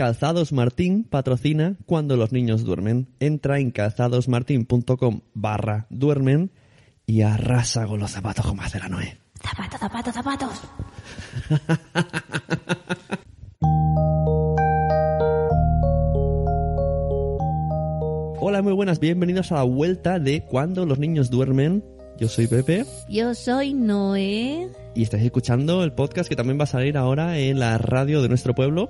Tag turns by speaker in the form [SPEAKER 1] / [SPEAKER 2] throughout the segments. [SPEAKER 1] Calzados Martín patrocina cuando los niños duermen. Entra en calzadosmartín.com barra duermen y arrasa con los zapatos como hace la Noé.
[SPEAKER 2] Zapatos, zapatos, zapatos.
[SPEAKER 1] Hola, muy buenas, bienvenidos a la vuelta de cuando los niños duermen. Yo soy Pepe
[SPEAKER 2] Yo soy Noé.
[SPEAKER 1] y estáis escuchando el podcast que también va a salir ahora en la radio de nuestro pueblo.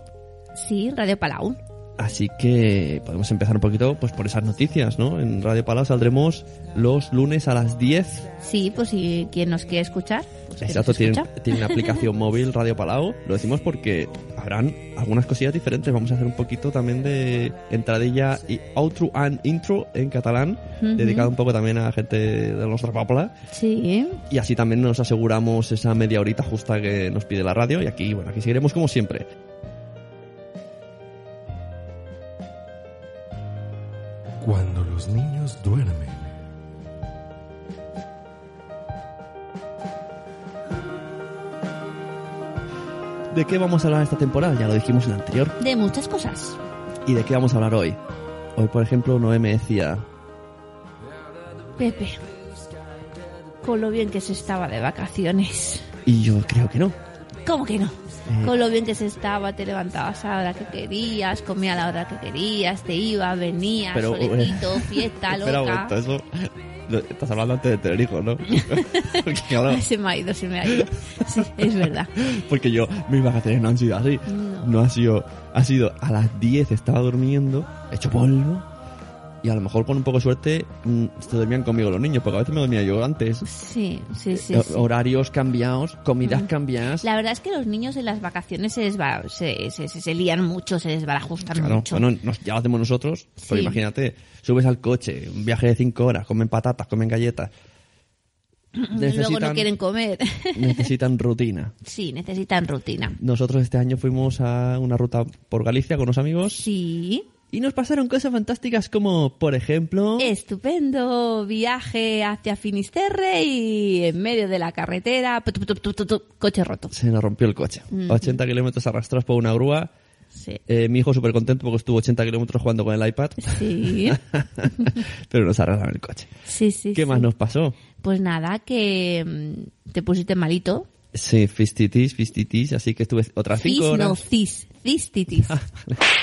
[SPEAKER 2] Sí, Radio Palau.
[SPEAKER 1] Así que podemos empezar un poquito pues por esas noticias, ¿no? En Radio Palau saldremos los lunes a las 10
[SPEAKER 2] Sí, pues si quien nos quiere escuchar. Pues que
[SPEAKER 1] Exacto,
[SPEAKER 2] nos
[SPEAKER 1] tienen,
[SPEAKER 2] escucha.
[SPEAKER 1] tienen una aplicación móvil Radio Palau. Lo decimos porque habrán algunas cosillas diferentes. Vamos a hacer un poquito también de entradilla y outro and intro en catalán,
[SPEAKER 2] Ujú.
[SPEAKER 1] dedicado un poco también a la gente de nuestra papla.
[SPEAKER 2] Sí.
[SPEAKER 1] Y así también nos aseguramos esa media horita justa que nos pide la radio. Y aquí, bueno, aquí seguiremos como siempre.
[SPEAKER 3] Cuando los niños duermen.
[SPEAKER 1] ¿De qué vamos a hablar esta temporada? Ya lo dijimos en la anterior.
[SPEAKER 2] De muchas cosas.
[SPEAKER 1] ¿Y de qué vamos a hablar hoy? Hoy, por ejemplo, Noé me decía,
[SPEAKER 2] Pepe. Con lo bien que se estaba de vacaciones.
[SPEAKER 1] y yo creo que no.
[SPEAKER 2] ¿Cómo que no?
[SPEAKER 1] Eh.
[SPEAKER 2] Con lo bien que se estaba, te levantabas a la hora que querías, comías a la hora que querías, te ibas, venías,
[SPEAKER 1] Pero, eh,
[SPEAKER 2] solecito, fiesta
[SPEAKER 1] Espera un
[SPEAKER 2] loca.
[SPEAKER 1] momento, eso. lo- Estás hablando antes de tener hijos, ¿no? Porque, claro,
[SPEAKER 2] Ay, se me ha ido, se me ha ido. Sí, es verdad.
[SPEAKER 1] porque yo, mis vacaciones no han sido así.
[SPEAKER 2] No.
[SPEAKER 1] ha sido. Ha sido a las 10 estaba durmiendo, hecho polvo. Y a lo mejor con un poco de suerte mm, se dormían conmigo los niños, porque a veces me dormía yo antes.
[SPEAKER 2] Sí, sí, sí.
[SPEAKER 1] Eh,
[SPEAKER 2] sí.
[SPEAKER 1] Horarios cambiados, comidas cambiadas.
[SPEAKER 2] La verdad es que los niños en las vacaciones se, desba- se, se, se- se lían mucho, se desbarajustan
[SPEAKER 1] Claro,
[SPEAKER 2] mucho.
[SPEAKER 1] bueno, nos- ya lo hacemos nosotros, pero
[SPEAKER 2] Sí.
[SPEAKER 1] imagínate, subes al coche, un viaje de 5 horas, comen patatas, comen galletas.
[SPEAKER 2] Luego
[SPEAKER 1] Necesitan-
[SPEAKER 2] no quieren comer.
[SPEAKER 1] necesitan rutina.
[SPEAKER 2] sí, necesitan rutina.
[SPEAKER 1] Nosotros este año fuimos a una ruta por Galicia con unos amigos
[SPEAKER 2] Sí.
[SPEAKER 1] y nos pasaron cosas fantásticas como, por ejemplo,
[SPEAKER 2] Eh. Estupendo viaje hacia Finisterre y en medio de la carretera, tu, tu, tu, tu, tu, tu, coche roto.
[SPEAKER 1] se nos rompió el coche.
[SPEAKER 2] Mm.
[SPEAKER 1] 80 kilómetros arrastrados por una grúa.
[SPEAKER 2] Sí.
[SPEAKER 1] Eh, mi hijo súper contento porque estuvo 80 kilómetros jugando con el iPad,
[SPEAKER 2] Sí,
[SPEAKER 1] pero nos arrastraron el coche.
[SPEAKER 2] sí, sí.
[SPEAKER 1] ¿Qué
[SPEAKER 2] sí.
[SPEAKER 1] más nos pasó?
[SPEAKER 2] Pues nada, que mm, te pusiste malito.
[SPEAKER 1] Sí, fistitis, fistitis, así que estuve otras 5
[SPEAKER 2] Cis, no,
[SPEAKER 1] horas. Ah,
[SPEAKER 2] cis. Cistitis.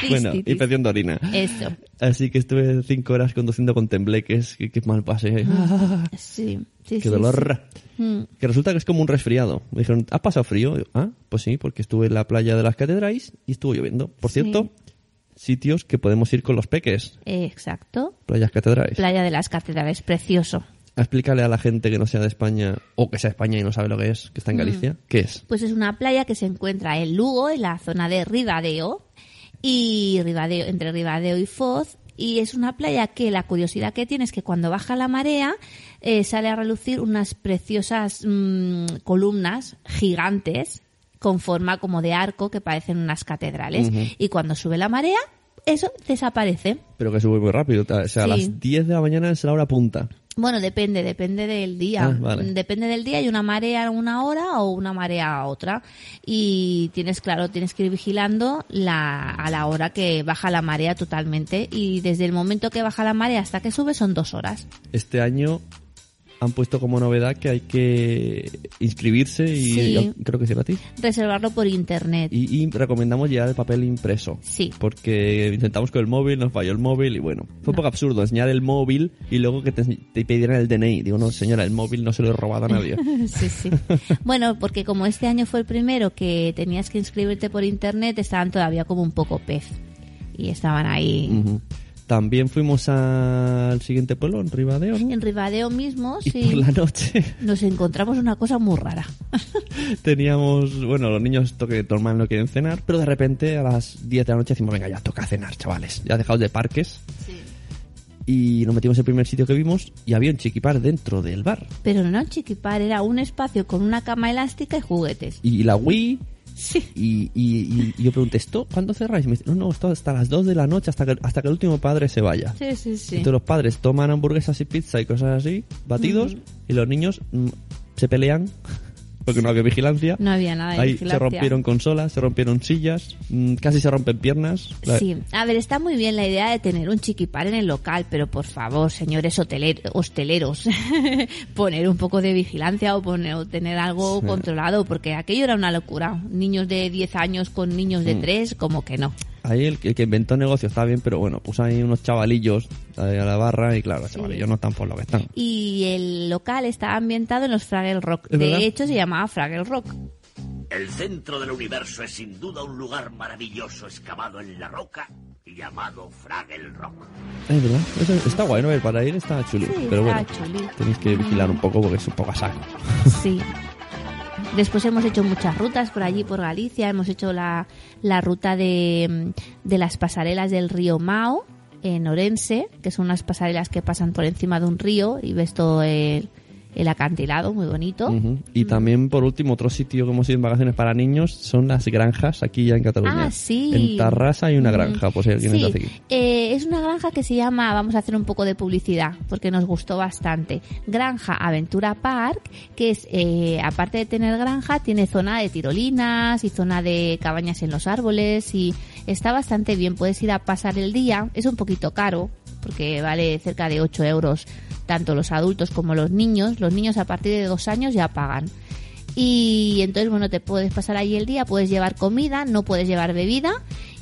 [SPEAKER 1] bueno,
[SPEAKER 2] Cistitis.
[SPEAKER 1] infección de orina.
[SPEAKER 2] Eso.
[SPEAKER 1] Así que estuve 5 horas conduciendo con tembleques, qué, qué mal pasé. Ah,
[SPEAKER 2] Sí, sí,
[SPEAKER 1] qué
[SPEAKER 2] sí,
[SPEAKER 1] dolor.
[SPEAKER 2] sí. Mm.
[SPEAKER 1] Que resulta que es como un resfriado. Me dijeron, ¿has pasado frío? Yo, ah, pues sí, porque estuve en la playa de las catedrales y estuvo lloviendo. Por
[SPEAKER 2] Sí.
[SPEAKER 1] cierto, sitios que podemos ir con los peques.
[SPEAKER 2] Exacto.
[SPEAKER 1] Playas catedrales.
[SPEAKER 2] Playa de las Catedrales, precioso.
[SPEAKER 1] Explícale a la gente que no sea de España, o que sea de España y no sabe lo que es, que
[SPEAKER 2] Mm.
[SPEAKER 1] está en Galicia, ¿qué es?
[SPEAKER 2] Pues es una playa que se encuentra en Lugo, en la zona de Ribadeo, y Ribadeo, entre Ribadeo y Foz. Y es una playa que la curiosidad que tiene es que cuando baja la marea eh, sale a relucir unas preciosas mm, columnas gigantes con forma como de arco que parecen unas catedrales. Y cuando sube la marea, eso desaparece.
[SPEAKER 1] Pero que sube muy rápido. O sea, a
[SPEAKER 2] Sí.
[SPEAKER 1] las 10 de la mañana es la hora punta.
[SPEAKER 2] Bueno, depende, depende del día.
[SPEAKER 1] Ah, vale.
[SPEAKER 2] Depende del día, hay una marea a una hora o una marea a otra. Y tienes, claro, tienes que ir vigilando la, a la hora que baja la marea totalmente. Y desde el momento que baja la marea hasta que sube son dos horas.
[SPEAKER 1] Este año han puesto como novedad que hay que inscribirse y
[SPEAKER 2] Sí.
[SPEAKER 1] yo creo que es gratis.
[SPEAKER 2] Reservarlo por internet.
[SPEAKER 1] Y, y recomendamos llevar el papel impreso.
[SPEAKER 2] Sí.
[SPEAKER 1] Porque intentamos con el móvil, nos falló el móvil y bueno, fue un poco absurdo enseñar el móvil y luego que te, te pidieran el DNI. Digo, no, señora, el móvil no se lo he robado a nadie.
[SPEAKER 2] Sí, sí. Bueno, porque como este año fue el primero que tenías que inscribirte por internet, estaban todavía como un poco pez. Y estaban ahí.
[SPEAKER 1] Ujú. También fuimos al siguiente pueblo, en Ribadeo, ¿no?
[SPEAKER 2] En Ribadeo mismo,
[SPEAKER 1] Y por
[SPEAKER 2] sí.
[SPEAKER 1] la noche
[SPEAKER 2] Nos encontramos una cosa muy rara.
[SPEAKER 1] teníamos, bueno, los niños esto que normal no quieren cenar, pero de repente a las 10 de la noche decimos, venga, ya toca cenar, chavales. Ya dejados de parques y nos metimos en el primer sitio que vimos y había un chiquipar dentro del bar.
[SPEAKER 2] Pero no, Chiquipar era un espacio con una cama elástica y juguetes.
[SPEAKER 1] Y la Wii
[SPEAKER 2] Sí.
[SPEAKER 1] Y, y- y- y yo pregunté, ¿esto cuándo cerráis? Y me dice, no, no, esto hasta las 2 de la noche, hasta que, hasta que el último padre se vaya.
[SPEAKER 2] Sí, sí, sí.
[SPEAKER 1] Entonces los padres toman hamburguesas y pizza y cosas así, batidos, y los niños mm, se pelean porque no había vigilancia.
[SPEAKER 2] No había nada de
[SPEAKER 1] Ahí
[SPEAKER 2] vigilancia.
[SPEAKER 1] se rompieron consolas, se rompieron sillas, mm, casi se rompen piernas. La-
[SPEAKER 2] Sí, a ver, está muy bien la idea de tener un chiquipar en el local, pero por favor, señores hoteler- hosteleros, poner un poco de vigilancia o poner, o tener algo controlado, porque aquello era una locura. Niños de 10 años con niños de 3, como que no.
[SPEAKER 1] Ahí el, que- el que inventó el negocio está bien, pero bueno, puso ahí unos chavalillos ahí a la barra y claro, los chavalillos no están por lo que están.
[SPEAKER 2] Y el local está ambientado en los Fraggle Rock.
[SPEAKER 1] ¿Es
[SPEAKER 2] De
[SPEAKER 1] verdad?
[SPEAKER 2] hecho, se llamaba Fraggle Rock.
[SPEAKER 4] El centro del universo es sin duda un lugar maravilloso excavado en la roca llamado Fraggle Rock.
[SPEAKER 1] Es verdad, eso- está guay, ¿no? El para ir está chulo,
[SPEAKER 2] Sí,
[SPEAKER 1] pero
[SPEAKER 2] está
[SPEAKER 1] bueno,
[SPEAKER 2] chuli.
[SPEAKER 1] tenéis que vigilar un poco porque es un poco a saco.
[SPEAKER 2] Sí. Después hemos hecho muchas rutas por allí, por Galicia. Hemos hecho la, la ruta de, de las pasarelas del río Mao en Orense, que son unas pasarelas que pasan por encima de un río y ves todo el, el acantilado, muy bonito.
[SPEAKER 1] Ujú. Y
[SPEAKER 2] Mm.
[SPEAKER 1] también, por último, otro sitio que hemos ido en vacaciones para niños son las granjas aquí ya en Cataluña.
[SPEAKER 2] Ah, sí.
[SPEAKER 1] En Tarrasa hay una
[SPEAKER 2] Mm.
[SPEAKER 1] granja, por si alguien
[SPEAKER 2] Sí,
[SPEAKER 1] está aquí.
[SPEAKER 2] eh, es una granja que se llama, vamos a hacer un poco de publicidad, porque nos gustó bastante. Granja Aventura Park, que es, eh, aparte de tener granja, tiene zona de tirolinas y zona de cabañas en los árboles y está bastante bien. Puedes ir a pasar el día, es un poquito caro, porque vale cerca de 8 euros tanto los adultos como los niños. Los niños a partir de dos años ya pagan. Y entonces, bueno, te puedes pasar allí el día, puedes llevar comida, no puedes llevar bebida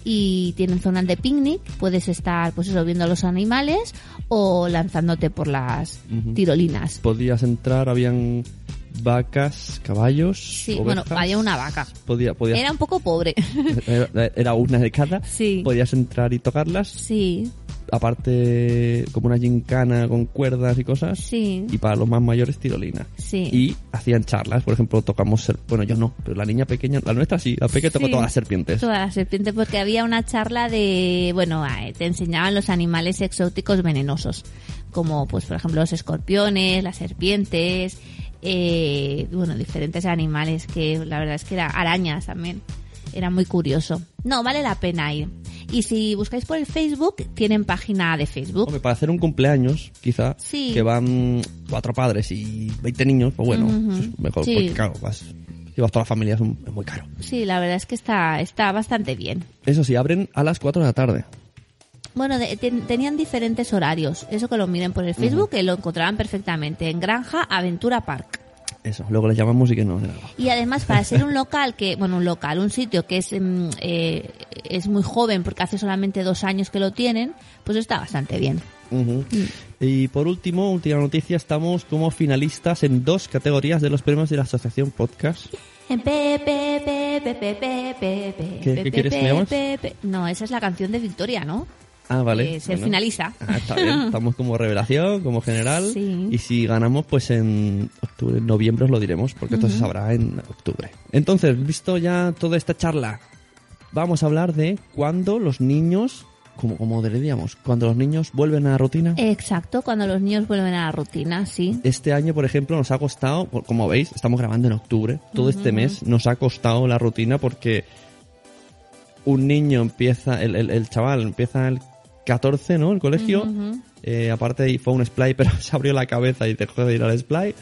[SPEAKER 2] y tienen zonas de picnic, puedes estar pues eso, viendo a los animales o lanzándote por las tirolinas.
[SPEAKER 1] Podías entrar, habían vacas, caballos.
[SPEAKER 2] Sí, bueno,
[SPEAKER 1] ovejas.
[SPEAKER 2] había una vaca.
[SPEAKER 1] Podía, podías-
[SPEAKER 2] Era un poco pobre.
[SPEAKER 1] era, era una de cada.
[SPEAKER 2] Sí.
[SPEAKER 1] Podías entrar y tocarlas.
[SPEAKER 2] sí,
[SPEAKER 1] Aparte, como una gincana con cuerdas y cosas.
[SPEAKER 2] sí,
[SPEAKER 1] Y para los más mayores, tirolina.
[SPEAKER 2] sí.
[SPEAKER 1] Y hacían charlas, por ejemplo, tocamos. ser- Bueno, yo no, pero la niña pequeña, la nuestra sí, la pequeña tocó
[SPEAKER 2] Sí.
[SPEAKER 1] todas las serpientes.
[SPEAKER 2] Toda la serpiente, porque había una charla de, bueno, ah, eh, te enseñaban los animales exóticos venenosos, como pues por ejemplo los escorpiones, las serpientes, eh, bueno, diferentes animales que la verdad es que era arañas también. Era muy curioso. No, vale la pena ir. Y si buscáis por el Facebook, tienen página de Facebook.
[SPEAKER 1] Hombre, para hacer un cumpleaños, quizá,
[SPEAKER 2] Sí.
[SPEAKER 1] que van cuatro padres y 20 niños, pues bueno,
[SPEAKER 2] Ujú.
[SPEAKER 1] eso es mejor,
[SPEAKER 2] Sí.
[SPEAKER 1] porque claro, vas, llevas toda la familia, es, un- es muy caro.
[SPEAKER 2] Sí, la verdad es que está, está bastante bien.
[SPEAKER 1] Eso sí, abren a las 4 de la tarde.
[SPEAKER 2] Bueno, de- ten- tenían diferentes horarios. Eso que lo miren por el Facebook, que lo encontraban perfectamente. En Granja Aventura Park.
[SPEAKER 1] Eso, luego les llamamos y que no, de nada.
[SPEAKER 2] Y además, para ser un local que, bueno, un local, un sitio que es, mm, eh, es muy joven, porque hace solamente dos años que lo tienen, pues está bastante bien.
[SPEAKER 1] Ujú. Y por último, última noticia, estamos como finalistas en dos categorías de los premios de la Asociación Podcast.
[SPEAKER 2] Pe, pe, pe, pe, pe, pe,
[SPEAKER 1] ¿Qué-
[SPEAKER 2] pe, pe, pe,
[SPEAKER 1] qué
[SPEAKER 2] pe,
[SPEAKER 1] quieres que
[SPEAKER 2] pe,
[SPEAKER 1] leamos?
[SPEAKER 2] pe, pe. No, esa es la canción de Victoria, ¿no?
[SPEAKER 1] Ah, vale.
[SPEAKER 2] Eh, se
[SPEAKER 1] bueno.
[SPEAKER 2] finaliza.
[SPEAKER 1] Ah, está bien. Estamos como revelación, como general.
[SPEAKER 2] Sí.
[SPEAKER 1] Y si ganamos, pues en octubre, en noviembre os lo diremos, porque esto se sabrá en octubre. Entonces, visto ya toda esta charla, vamos a hablar de cuando los niños, como, como diríamos, cuando los niños vuelven a la rutina.
[SPEAKER 2] Exacto, cuando los niños vuelven a la rutina, sí.
[SPEAKER 1] Este año, por ejemplo, nos ha costado, por- como veis, estamos grabando en octubre, todo este mes nos ha costado la rutina porque un niño empieza, el, el- el chaval empieza el 14, ¿no? El colegio. Eh, aparte fue un splay, pero se abrió la cabeza y dejó de ir al splay.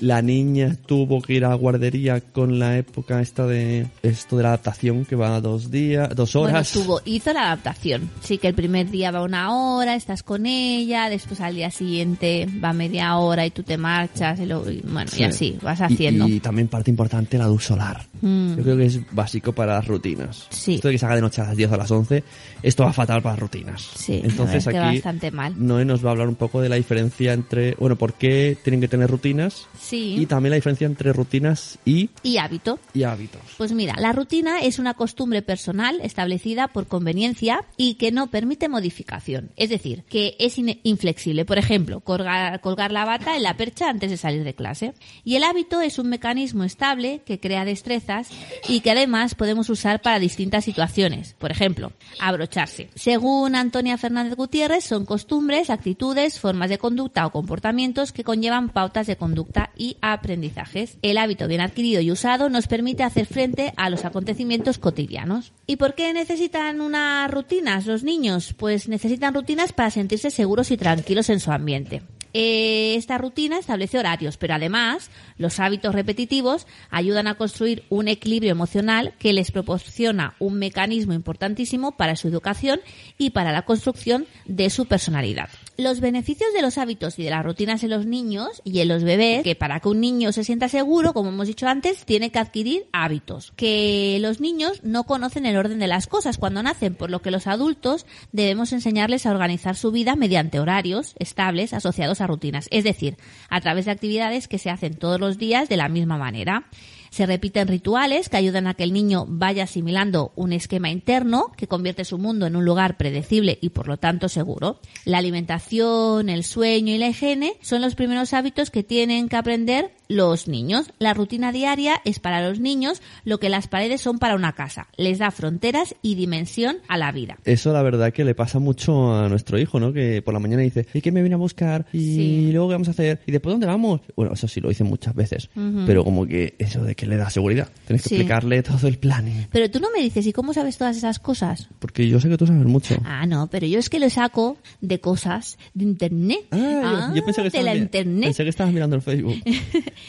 [SPEAKER 1] La niña tuvo que ir a la guardería con la época esta de esto de la adaptación que va a dos días, dos
[SPEAKER 2] Bueno,
[SPEAKER 1] horas.
[SPEAKER 2] estuvo, hizo la adaptación. Sí, que el primer día va una hora, estás con ella, después al día siguiente va media hora y tú te marchas, y, lo, y bueno,
[SPEAKER 1] Sí.
[SPEAKER 2] y así, vas
[SPEAKER 1] Y-
[SPEAKER 2] haciendo.
[SPEAKER 1] Y, también parte importante la luz solar.
[SPEAKER 2] Mm.
[SPEAKER 1] Yo creo que es básico para las rutinas.
[SPEAKER 2] Sí.
[SPEAKER 1] Esto de que se haga de noche a las 10 o a las 11, esto va fatal para las rutinas.
[SPEAKER 2] Sí, la
[SPEAKER 1] Entonces
[SPEAKER 2] verdad es que va
[SPEAKER 1] aquí
[SPEAKER 2] bastante mal.
[SPEAKER 1] Noé nos va a hablar un poco de la diferencia entre, bueno, por qué tienen que tener rutinas
[SPEAKER 2] Sí.
[SPEAKER 1] y también la diferencia entre rutinas y,
[SPEAKER 2] y hábito.
[SPEAKER 1] y hábitos.
[SPEAKER 2] Pues mira, la rutina es una costumbre personal establecida por conveniencia y que no permite modificación. Es decir, que es ine- inflexible. Por ejemplo, colgar, colgar la bata en la percha antes de salir de clase. Y el hábito es un mecanismo estable que crea destrezas y que además podemos usar para distintas situaciones. Por ejemplo, abrocharse. Según Antonia Fernández Gutiérrez, son costumbres, actitudes, formas de conducta o comportamientos que conllevan pautas de conducta y aprendizajes. El hábito bien adquirido y usado nos permite hacer frente a los acontecimientos cotidianos. ¿Y por qué necesitan unas rutinas los niños? Pues necesitan rutinas para sentirse seguros y tranquilos en su ambiente. Eh, esta rutina establece horarios, pero además los hábitos repetitivos ayudan a construir un equilibrio emocional que les proporciona un mecanismo importantísimo para su educación y para la construcción de su personalidad. Los beneficios de los hábitos y de las rutinas en los niños y en los bebés, que para que un niño se sienta seguro, como hemos dicho antes, tiene que adquirir hábitos. Que los niños no conocen el orden de las cosas cuando nacen, por lo que los adultos debemos enseñarles a organizar su vida mediante horarios estables asociados a rutinas, es decir, a través de actividades que se hacen todos los días de la misma manera. Se repiten rituales que ayudan a que el niño vaya asimilando un esquema interno que convierte su mundo en un lugar predecible y por lo tanto seguro. La alimentación, el sueño y la higiene son los primeros hábitos que tienen que aprender los niños. La rutina diaria es para los niños lo que las paredes son para una casa. Les da fronteras y dimensión a la vida.
[SPEAKER 1] Eso la verdad que le pasa mucho a nuestro hijo, ¿no? Que por la mañana dice, ¿y quién me viene a buscar? ¿Y
[SPEAKER 2] Sí.
[SPEAKER 1] luego qué vamos a hacer? ¿Y después dónde vamos? Bueno, eso sí lo dicen muchas veces,
[SPEAKER 2] Ujú.
[SPEAKER 1] pero como que eso de que le da seguridad. Tienes que
[SPEAKER 2] Sí.
[SPEAKER 1] explicarle todo el plan. ¿eh?
[SPEAKER 2] Pero tú no me dices, ¿y cómo sabes todas esas cosas?
[SPEAKER 1] Porque yo sé que tú sabes mucho.
[SPEAKER 2] Ah, no, pero yo es que lo saco de cosas de internet.
[SPEAKER 1] Ah, yo, yo pensé que
[SPEAKER 2] de
[SPEAKER 1] estabas
[SPEAKER 2] la
[SPEAKER 1] mi-
[SPEAKER 2] internet.
[SPEAKER 1] Pensé que estabas mirando el Facebook.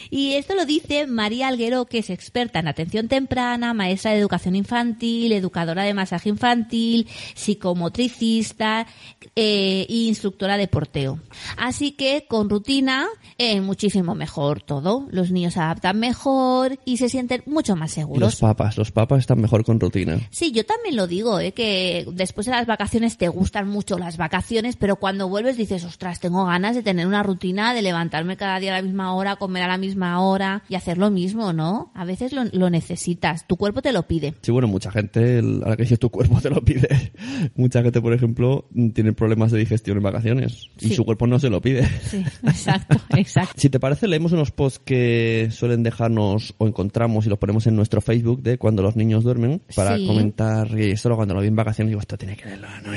[SPEAKER 2] y esto lo dice María Alguero, que es experta en atención temprana, maestra de educación infantil, educadora de masaje infantil, psicomotricista eh, e instructora de porteo. Así que con rutina, eh, muchísimo mejor todo. Los niños se adaptan mejor y se sienten mucho más
[SPEAKER 1] Y los
[SPEAKER 2] seguros.
[SPEAKER 1] papas, los papas están mejor con rutina.
[SPEAKER 2] Sí, yo también lo digo, ¿eh? que después de las vacaciones te gustan mucho las vacaciones, pero cuando vuelves dices, ostras, tengo ganas de tener una rutina, de levantarme cada día a la misma hora, comer a la misma hora y hacer lo mismo, ¿no? A veces lo, lo necesitas, tu cuerpo te lo pide.
[SPEAKER 1] Sí, bueno, mucha gente, el- ahora que dices tu cuerpo te lo pide, mucha gente, por ejemplo, tiene problemas de digestión en vacaciones y
[SPEAKER 2] Sí.
[SPEAKER 1] su cuerpo no se lo pide.
[SPEAKER 2] Sí, exacto, exacto.
[SPEAKER 1] Si te parece, leemos unos posts que suelen dejarnos o encontramos y los ponemos en nuestro Facebook de cuando los niños duermen para
[SPEAKER 2] Sí.
[SPEAKER 1] comentar y solo cuando lo vi en vacaciones digo, esto tiene que verlo, ¿no?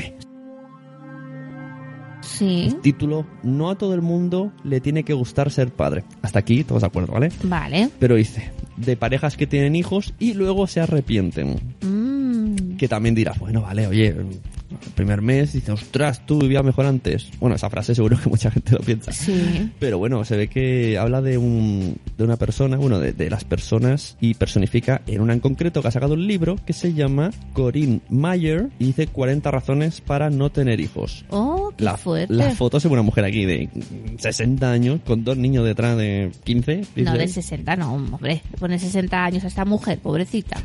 [SPEAKER 2] Sí,
[SPEAKER 1] Título, no a todo el mundo le tiene que gustar ser padre. Hasta aquí, todos de acuerdo, ¿vale?
[SPEAKER 2] vale.
[SPEAKER 1] Pero dice, de parejas que tienen hijos y luego se arrepienten.
[SPEAKER 2] Mm,
[SPEAKER 1] Que también dirás, bueno, vale, oye, el primer mes dice, ostras, tú vivías mejor antes. Bueno, esa frase seguro que mucha gente lo piensa.
[SPEAKER 2] sí,
[SPEAKER 1] Pero bueno, se ve que habla de, un, de una persona, bueno, de, de las personas y personifica en una en concreto que ha sacado un libro que se llama Corinne Mayer y dice 40 razones para no tener hijos.
[SPEAKER 2] oh, qué
[SPEAKER 1] La,
[SPEAKER 2] fuerte.
[SPEAKER 1] la foto es de una mujer aquí de 60 años con dos niños detrás de 15.
[SPEAKER 2] no, de
[SPEAKER 1] 16.
[SPEAKER 2] 60, no, hombre, pone 60 años a esta mujer, pobrecita.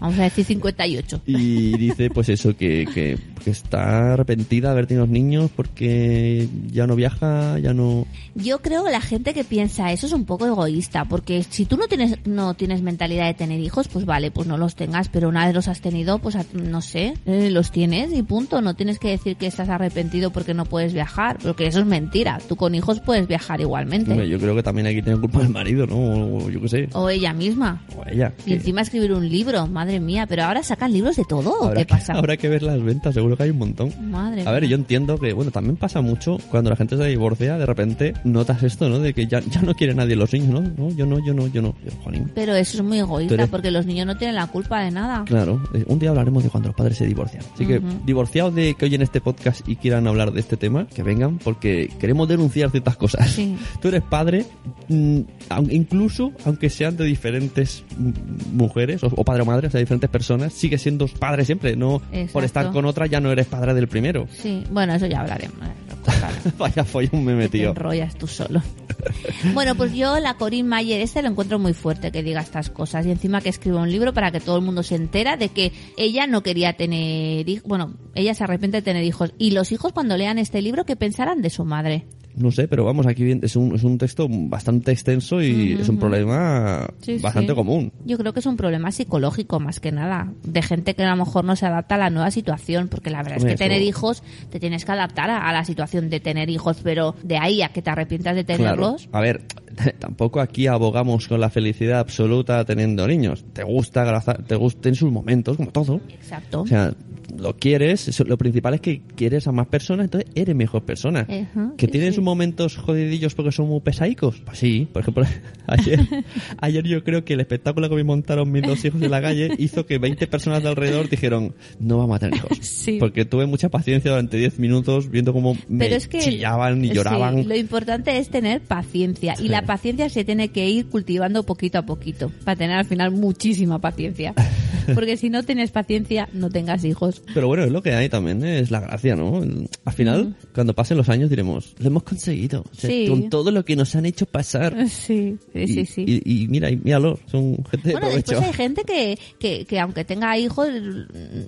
[SPEAKER 2] Vamos a decir 58.
[SPEAKER 1] Y dice, pues eso, que, que- que está arrepentida de haber tenido niños porque ya no viaja, ya no...
[SPEAKER 2] Yo creo que la gente que piensa eso es un poco egoísta, porque si tú no tienes no tienes mentalidad de tener hijos, pues vale, pues no los tengas, pero una vez los has tenido, pues a- no sé, eh, los tienes y punto, no tienes que decir que estás arrepentido porque no puedes viajar, porque eso es mentira, tú con hijos puedes viajar igualmente,
[SPEAKER 1] Hombre, yo creo que también aquí tiene culpa el marido, ¿no? O, o yo qué sé.
[SPEAKER 2] o ella misma.
[SPEAKER 1] O ella.
[SPEAKER 2] Y
[SPEAKER 1] que-
[SPEAKER 2] encima escribir un libro, madre mía, pero ahora sacan libros de todo, ¿o
[SPEAKER 1] Habrá
[SPEAKER 2] ¿qué
[SPEAKER 1] que-
[SPEAKER 2] pasa?
[SPEAKER 1] habrá que ver las ventas, seguro que hay un montón.
[SPEAKER 2] Madre
[SPEAKER 1] A ver,
[SPEAKER 2] mía.
[SPEAKER 1] yo entiendo que, bueno, también pasa mucho cuando la gente se divorcia, de repente notas esto, ¿no? De que ya, ya no quiere nadie los niños, ¿no? No, yo no, yo no, yo no. Yo, jolín.
[SPEAKER 2] Pero eso es muy egoísta,
[SPEAKER 1] Tú eres-
[SPEAKER 2] porque los niños no tienen la culpa de nada.
[SPEAKER 1] Claro, eh, un día hablaremos de cuando los padres se divorcian. Así que,
[SPEAKER 2] Ujú.
[SPEAKER 1] divorciados de que oyen este podcast y quieran hablar de este tema, que vengan, porque queremos denunciar ciertas cosas.
[SPEAKER 2] Sí.
[SPEAKER 1] Tú eres padre, mm, aun- incluso aunque sean de diferentes mm, mujeres, o, o padre o madre, o sea, diferentes personas, sigues siendo padre siempre, no por
[SPEAKER 2] Exacto.
[SPEAKER 1] estar con otra ya no eres padre del primero.
[SPEAKER 2] Sí, bueno, eso ya hablaremos. eh, lo cortaremos.
[SPEAKER 1] Vaya follón me he
[SPEAKER 2] que te
[SPEAKER 1] metido.
[SPEAKER 2] enrollas tú solo. bueno, pues yo la Corinne Mayer, este lo encuentro muy fuerte que diga estas cosas y encima que escriba un libro para que todo el mundo se entera de que ella no quería tener hijos, bueno, ella se arrepiente de tener hijos y los hijos cuando lean este libro qué pensarán de su madre.
[SPEAKER 1] No sé, pero vamos, aquí bien- es un, es un texto bastante extenso y es un problema
[SPEAKER 2] Sí,
[SPEAKER 1] bastante
[SPEAKER 2] sí.
[SPEAKER 1] común.
[SPEAKER 2] Yo creo que es un problema psicológico más que nada, de gente que a lo mejor no se adapta a la nueva situación, porque la verdad
[SPEAKER 1] Hombre,
[SPEAKER 2] es que tener
[SPEAKER 1] eso-
[SPEAKER 2] hijos te tienes que adaptar a, a la situación de tener hijos, pero de ahí a que te arrepientas de
[SPEAKER 1] Claro.
[SPEAKER 2] tenerlos.
[SPEAKER 1] A ver, tampoco aquí abogamos con la felicidad absoluta teniendo niños. Te gusta, graza- te gusten sus momentos, como todo.
[SPEAKER 2] Exacto.
[SPEAKER 1] O sea, lo quieres, eso- lo principal es que quieres a más personas, entonces eres mejor persona.
[SPEAKER 2] Ejá,
[SPEAKER 1] que
[SPEAKER 2] sí,
[SPEAKER 1] tienen
[SPEAKER 2] sí.
[SPEAKER 1] sus momentos jodidillos porque son muy pesaicos? Pues sí, por ejemplo, ayer, ayer yo creo que el espectáculo que me montaron mis dos hijos en la calle hizo que 20 personas de alrededor dijeron, no vamos a tener hijos.
[SPEAKER 2] Sí.
[SPEAKER 1] Porque tuve mucha paciencia durante 10 minutos viendo cómo me
[SPEAKER 2] Pero es que
[SPEAKER 1] chillaban y lloraban.
[SPEAKER 2] sí, lo importante es tener paciencia y la paciencia se tiene que ir cultivando poquito a poquito para tener al final muchísima paciencia. Porque si no tienes paciencia, no tengas hijos.
[SPEAKER 1] Pero bueno, es lo que hay también, ¿eh? es la gracia, ¿no? Al final, cuando pasen los años diremos, lo hemos conseguido. O sea,
[SPEAKER 2] Sí.
[SPEAKER 1] Con todo lo que nos han hecho pasar.
[SPEAKER 2] Sí, sí,
[SPEAKER 1] Y-
[SPEAKER 2] sí. sí.
[SPEAKER 1] Y, y mira, y míralo, son gente
[SPEAKER 2] bueno,
[SPEAKER 1] de provecho.
[SPEAKER 2] después hay gente que, que, que aunque tenga hijos,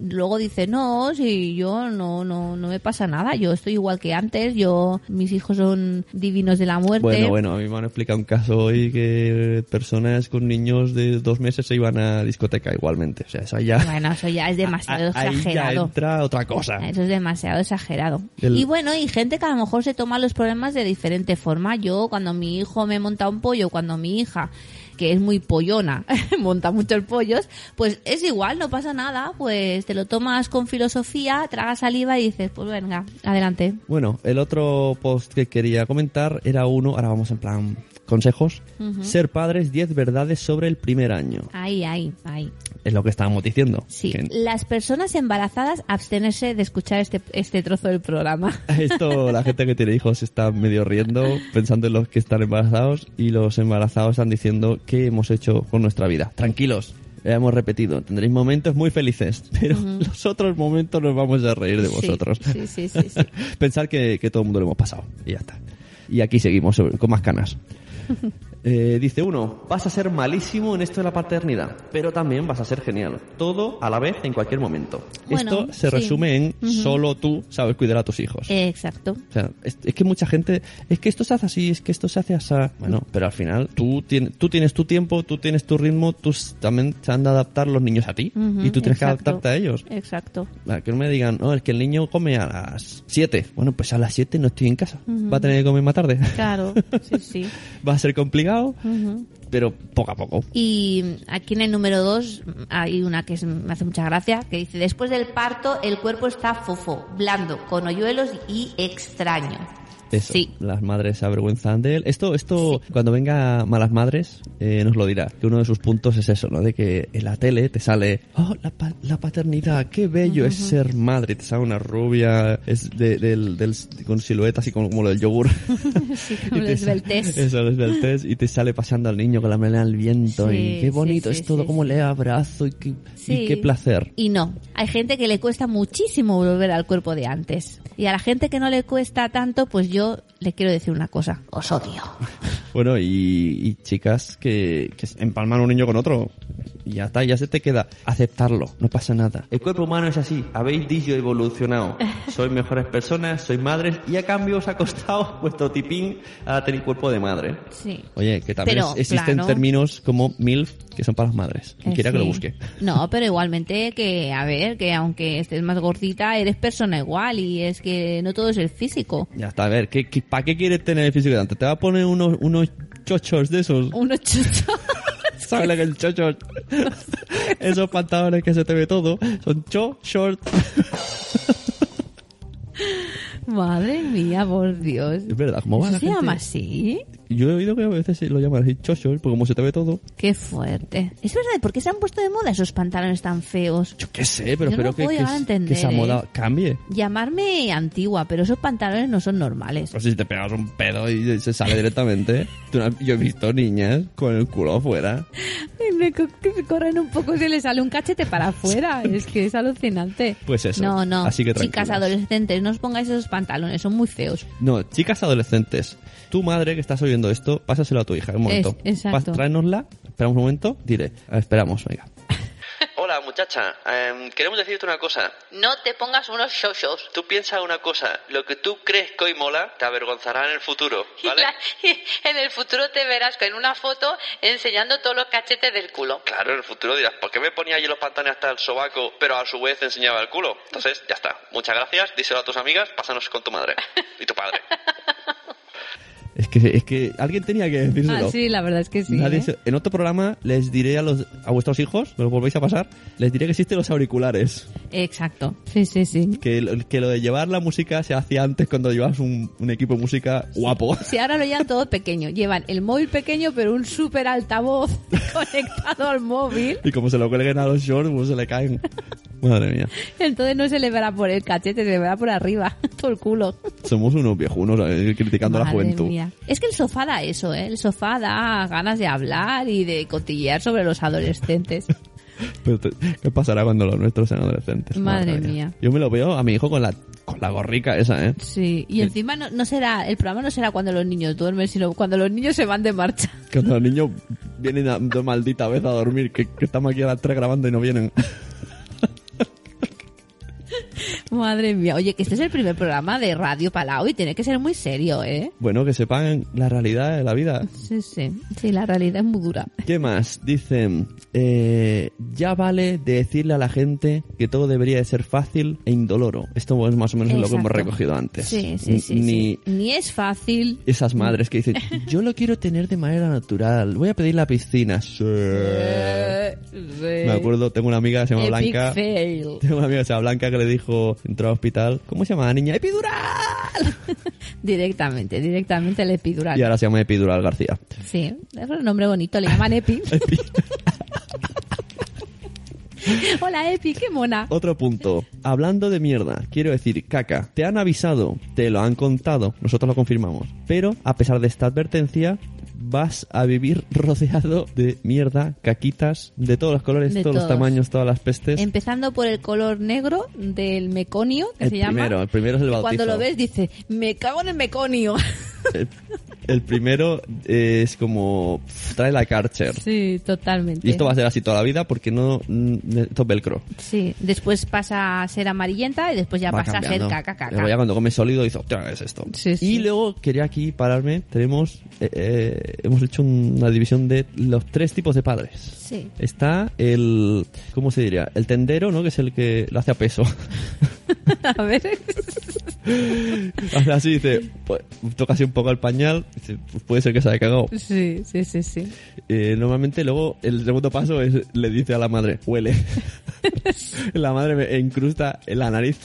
[SPEAKER 2] luego dice, no, si yo no, no, no me pasa nada, yo estoy igual que antes, yo, mis hijos son divinos de la muerte.
[SPEAKER 1] Bueno, bueno, a mí me han explicado un caso hoy que personas con niños de dos meses se iban a discoteca igualmente. O sea, eso ya,
[SPEAKER 2] Bueno, eso ya es demasiado
[SPEAKER 1] a- ahí ya
[SPEAKER 2] exagerado.
[SPEAKER 1] entra otra cosa.
[SPEAKER 2] Eso es demasiado exagerado.
[SPEAKER 1] El-
[SPEAKER 2] Y bueno, y gente que a lo mejor se toma los problemas de diferente forma. Yo, cuando mi hijo me monta un pollo, cuando mi hija, que es muy pollona, monta muchos pollos, pues es igual, no pasa nada. Pues te lo tomas con filosofía, tragas saliva y dices, pues venga, adelante.
[SPEAKER 1] Bueno, el otro post que quería comentar era uno, ahora vamos en plan consejos. Ser padres, 10 verdades sobre el primer año.
[SPEAKER 2] Ahí, ahí, ahí.
[SPEAKER 1] Es lo que estábamos diciendo.
[SPEAKER 2] Sí.
[SPEAKER 1] Que-
[SPEAKER 2] Las personas embarazadas abstenerse de escuchar este, este trozo del programa.
[SPEAKER 1] Esto, la gente que tiene hijos está medio riendo, pensando en los que están embarazados y los embarazados están diciendo qué hemos hecho con nuestra vida. Tranquilos, ya hemos repetido, tendréis momentos muy felices, pero los otros momentos nos vamos a reír de
[SPEAKER 2] Sí,
[SPEAKER 1] vosotros.
[SPEAKER 2] sí, sí, sí, sí.
[SPEAKER 1] Pensar que, que todo el mundo lo hemos pasado y ya está. Y aquí seguimos sobre- con más canas. Eh, dice uno, vas a ser malísimo en esto de la paternidad, pero también vas a ser genial. Todo a la vez en cualquier momento.
[SPEAKER 2] Bueno,
[SPEAKER 1] esto se
[SPEAKER 2] sí.
[SPEAKER 1] resume en
[SPEAKER 2] Ujú. Eh.
[SPEAKER 1] solo tú sabes cuidar a tus hijos.
[SPEAKER 2] Exacto.
[SPEAKER 1] O sea, es, es que mucha gente, es que esto se hace así, es que esto se hace así. Bueno, pero al final tú, tienes tú tienes tu tiempo, tú tienes tu ritmo, tú s- también se han de adaptar los niños a ti
[SPEAKER 2] Ujú,
[SPEAKER 1] y tú tienes que
[SPEAKER 2] exacto.
[SPEAKER 1] adaptarte a ellos.
[SPEAKER 2] Exacto.
[SPEAKER 1] Para que no me digan, no, es que el niño come a las 7. Bueno, pues a las 7 no estoy en casa. Va a tener que comer más tarde.
[SPEAKER 2] Claro, sí, sí.
[SPEAKER 1] Va a ser complicado,
[SPEAKER 2] Ujú.
[SPEAKER 1] pero poco a poco.
[SPEAKER 2] Y aquí en el número 2 hay una que es- me hace mucha gracia, que dice, después del parto el cuerpo está fofo, blando, con hoyuelos y extraño.
[SPEAKER 1] Eso,
[SPEAKER 2] Sí.
[SPEAKER 1] Las madres se avergüenzan de él. Esto, esto cuando venga Malas Madres, eh, nos lo dirá. Que uno de sus puntos es eso, ¿no? De que en la tele te sale, oh, la, pa- la paternidad, qué bello es ser madre. Te sale una rubia es de- del, del- con silueta así como, como lo del yogur.
[SPEAKER 2] Sí,
[SPEAKER 1] Y
[SPEAKER 2] como
[SPEAKER 1] te
[SPEAKER 2] les
[SPEAKER 1] sa- Eso, los del test. Y te sale pasando al niño con la melena al viento.
[SPEAKER 2] Sí,
[SPEAKER 1] y
[SPEAKER 2] sí,
[SPEAKER 1] qué bonito
[SPEAKER 2] sí,
[SPEAKER 1] es todo,
[SPEAKER 2] sí,
[SPEAKER 1] como le abrazo y qué, y qué placer.
[SPEAKER 2] Y no, hay gente que le cuesta muchísimo volver al cuerpo de antes. Y a la gente que no le cuesta tanto, pues yo le quiero decir una cosa, os odio.
[SPEAKER 1] Bueno, y, y chicas que, que empalman un niño con otro. Y ya está, ya se te queda. Aceptarlo, no pasa nada. El cuerpo humano es así. Habéis dicho evolucionado. Sois mejores personas, sois madres y a cambio os ha costado vuestro tipín a tener cuerpo de madre.
[SPEAKER 2] Sí.
[SPEAKER 1] Oye, que también
[SPEAKER 2] Pero,
[SPEAKER 1] es- existen
[SPEAKER 2] claro.
[SPEAKER 1] términos como MILF que son para las madres. Quien
[SPEAKER 2] Eh,
[SPEAKER 1] quiera que lo
[SPEAKER 2] sí.
[SPEAKER 1] busque.
[SPEAKER 2] No, pero igualmente que, a ver, que aunque estés más gordita, eres persona igual y es que no todo es el físico.
[SPEAKER 1] Ya está, a ver, ¿qué, qué, para qué quieres tener el físico de antes? ¿Te va a poner unos, unos chochos de esos?
[SPEAKER 2] Unos chuchos.
[SPEAKER 1] ¿Sabes lo que el cho short? Esos pantalones que se te ve todo son cho short.
[SPEAKER 2] Madre mía, por Dios.
[SPEAKER 1] Es verdad, ¿cómo va
[SPEAKER 2] ¿Eso
[SPEAKER 1] la
[SPEAKER 2] se
[SPEAKER 1] gente?
[SPEAKER 2] llama así?
[SPEAKER 1] Yo he oído que a veces se lo llaman así cho short, porque como se te ve todo.
[SPEAKER 2] Qué fuerte. Es verdad, ¿por qué se han puesto de moda esos pantalones tan feos?
[SPEAKER 1] Yo qué sé, pero
[SPEAKER 2] Yo no
[SPEAKER 1] espero que,
[SPEAKER 2] puedo
[SPEAKER 1] que,
[SPEAKER 2] llegar a entender,
[SPEAKER 1] esa moda
[SPEAKER 2] ¿eh?
[SPEAKER 1] cambie.
[SPEAKER 2] Llamarme antigua, pero esos pantalones no son normales.
[SPEAKER 1] Pues si te pegas un pedo y se sale directamente. Tú no- Yo he visto niñas con el culo afuera.
[SPEAKER 2] corren un poco, se les sale un cachete para afuera. Es que es alucinante.
[SPEAKER 1] Pues eso.
[SPEAKER 2] No, no.
[SPEAKER 1] Así que
[SPEAKER 2] Chicas
[SPEAKER 1] tranquilas.
[SPEAKER 2] adolescentes, no os pongáis esos pantalones, son muy feos.
[SPEAKER 1] No, chicas adolescentes. Tu madre que estás oyendo esto, pásaselo a tu hija. Un momento.
[SPEAKER 2] Es- exacto.
[SPEAKER 1] Pas- tráenosla, esperamos un momento, dile. "Ah, Esperamos, venga. Hola, muchacha. em, queremos decirte una cosa.
[SPEAKER 2] No te pongas unos shows
[SPEAKER 1] Tú piensa una cosa. Lo que tú crees que hoy mola te avergonzará en el futuro, ¿vale?
[SPEAKER 2] en el futuro te verás con una foto enseñando todos los cachetes del culo.
[SPEAKER 1] Claro, en el futuro dirás, ¿por qué me ponía yo los pantalones hasta el sobaco, pero a su vez enseñaba el culo? Entonces, ya está. Muchas gracias, díselo a tus amigas, pásanos con tu madre y tu padre. Es que, es que alguien tenía que decírselo.
[SPEAKER 2] Ah, sí, la verdad es que sí.
[SPEAKER 1] Nadie
[SPEAKER 2] ¿eh?
[SPEAKER 1] se- En otro programa les diré a, los, a vuestros hijos, me lo volvéis a pasar, les diré que existen los auriculares.
[SPEAKER 5] Exacto.
[SPEAKER 2] Sí, sí, sí.
[SPEAKER 1] Que, lo- que lo de llevar la música se hacía antes cuando llevabas un, un equipo de música guapo.
[SPEAKER 2] Sí, ahora lo llevan todo pequeño. Llevan el móvil pequeño, pero un súper altavoz conectado al móvil.
[SPEAKER 1] Y como se lo cuelguen a los shorts, pues se le caen. Madre mía.
[SPEAKER 2] Entonces no se le verá por el cachete, se le verá por arriba, todo el culo.
[SPEAKER 1] Somos unos viejunos eh, criticando a la
[SPEAKER 2] Madre
[SPEAKER 1] juventud.
[SPEAKER 2] mía. Es que el sofá da eso, ¿eh? El sofá da ganas de hablar y de cotillear sobre los adolescentes.
[SPEAKER 1] Pero te- ¿Qué pasará cuando los nuestros sean adolescentes?
[SPEAKER 2] Madre mía.
[SPEAKER 1] Yo me lo veo a mi hijo con la, con la gorrica esa, ¿eh?
[SPEAKER 2] Sí, y encima no, no será, el programa no será cuando los niños duermen, sino cuando los niños se van de marcha.
[SPEAKER 1] Cuando los niños vienen a- de maldita vez a dormir, que, que estamos aquí a las 3 grabando y no vienen.
[SPEAKER 2] Madre mía, oye, que este es el primer programa de Radio Palau y tiene que ser muy serio, ¿eh?
[SPEAKER 1] Bueno, que sepan la realidad de la vida.
[SPEAKER 2] Sí, sí, sí, la realidad es muy dura.
[SPEAKER 1] ¿Qué más? Dicen, eh, ya vale de decirle a la gente que todo debería de ser fácil e indoloro. Esto es más o menos lo que
[SPEAKER 2] Exacto.
[SPEAKER 1] hemos recogido antes.
[SPEAKER 2] Sí, sí, sí.
[SPEAKER 1] Ni
[SPEAKER 2] sí. Ni es fácil.
[SPEAKER 1] esas madres que dicen, yo lo quiero tener de manera natural, voy a pedir la piscina. Sí.
[SPEAKER 2] Eh,
[SPEAKER 1] Me acuerdo, tengo una amiga que se llama
[SPEAKER 2] Epic
[SPEAKER 1] Blanca.
[SPEAKER 2] fail.
[SPEAKER 1] Tengo una amiga que se llama Blanca que le dijo, entró al hospital, ¿cómo se llama la niña? ¡Epidural!
[SPEAKER 2] Directamente, directamente el epidural.
[SPEAKER 1] Y ahora se llama Epidural García.
[SPEAKER 2] Sí, es un nombre bonito, le llaman Epi. Hola Epi, qué mona.
[SPEAKER 1] Otro punto. Hablando de mierda, quiero decir, caca, te han avisado, te lo han contado, nosotros lo confirmamos. Pero, a pesar de esta advertencia, vas a vivir rodeado de mierda, caquitas, de todos los colores,
[SPEAKER 2] De
[SPEAKER 1] todos, los
[SPEAKER 2] todos. Em-
[SPEAKER 1] tamaños, todas las pestes.
[SPEAKER 2] Empezando por el color negro del meconio, que
[SPEAKER 1] el
[SPEAKER 2] se
[SPEAKER 1] primero,
[SPEAKER 2] llama.
[SPEAKER 1] el primero es el
[SPEAKER 2] Y
[SPEAKER 1] bautizo.
[SPEAKER 2] Cuando lo ves dices, me cago en el meconio.
[SPEAKER 1] El, el primero es como pff, trae la cárcel.
[SPEAKER 2] Sí, totalmente.
[SPEAKER 1] Y esto va a ser así toda la vida porque no mm, esto es velcro.
[SPEAKER 2] Sí, después pasa a ser amarillenta y después ya
[SPEAKER 1] Va
[SPEAKER 2] pasa
[SPEAKER 1] cambiando.
[SPEAKER 2] a ser caca caca.
[SPEAKER 1] Luego ya cuando comes sólido dices, hostia, ¿qué es esto?
[SPEAKER 2] Sí, sí.
[SPEAKER 1] Y luego quería aquí pararme. Tenemos, eh, eh, hemos hecho una división de los tres tipos de padres.
[SPEAKER 2] Sí.
[SPEAKER 1] Está el, ¿cómo se diría? El tendero, ¿no? Que es el que lo hace a peso.
[SPEAKER 2] A ver.
[SPEAKER 1] hace así, dice, pues, toca así un poco el pañal. Dice, pues, puede ser que se haya cagado.
[SPEAKER 2] Sí, sí, sí, sí.
[SPEAKER 1] Eh, normalmente luego el segundo paso es le dice a la madre, huele. la madre me incrusta en la nariz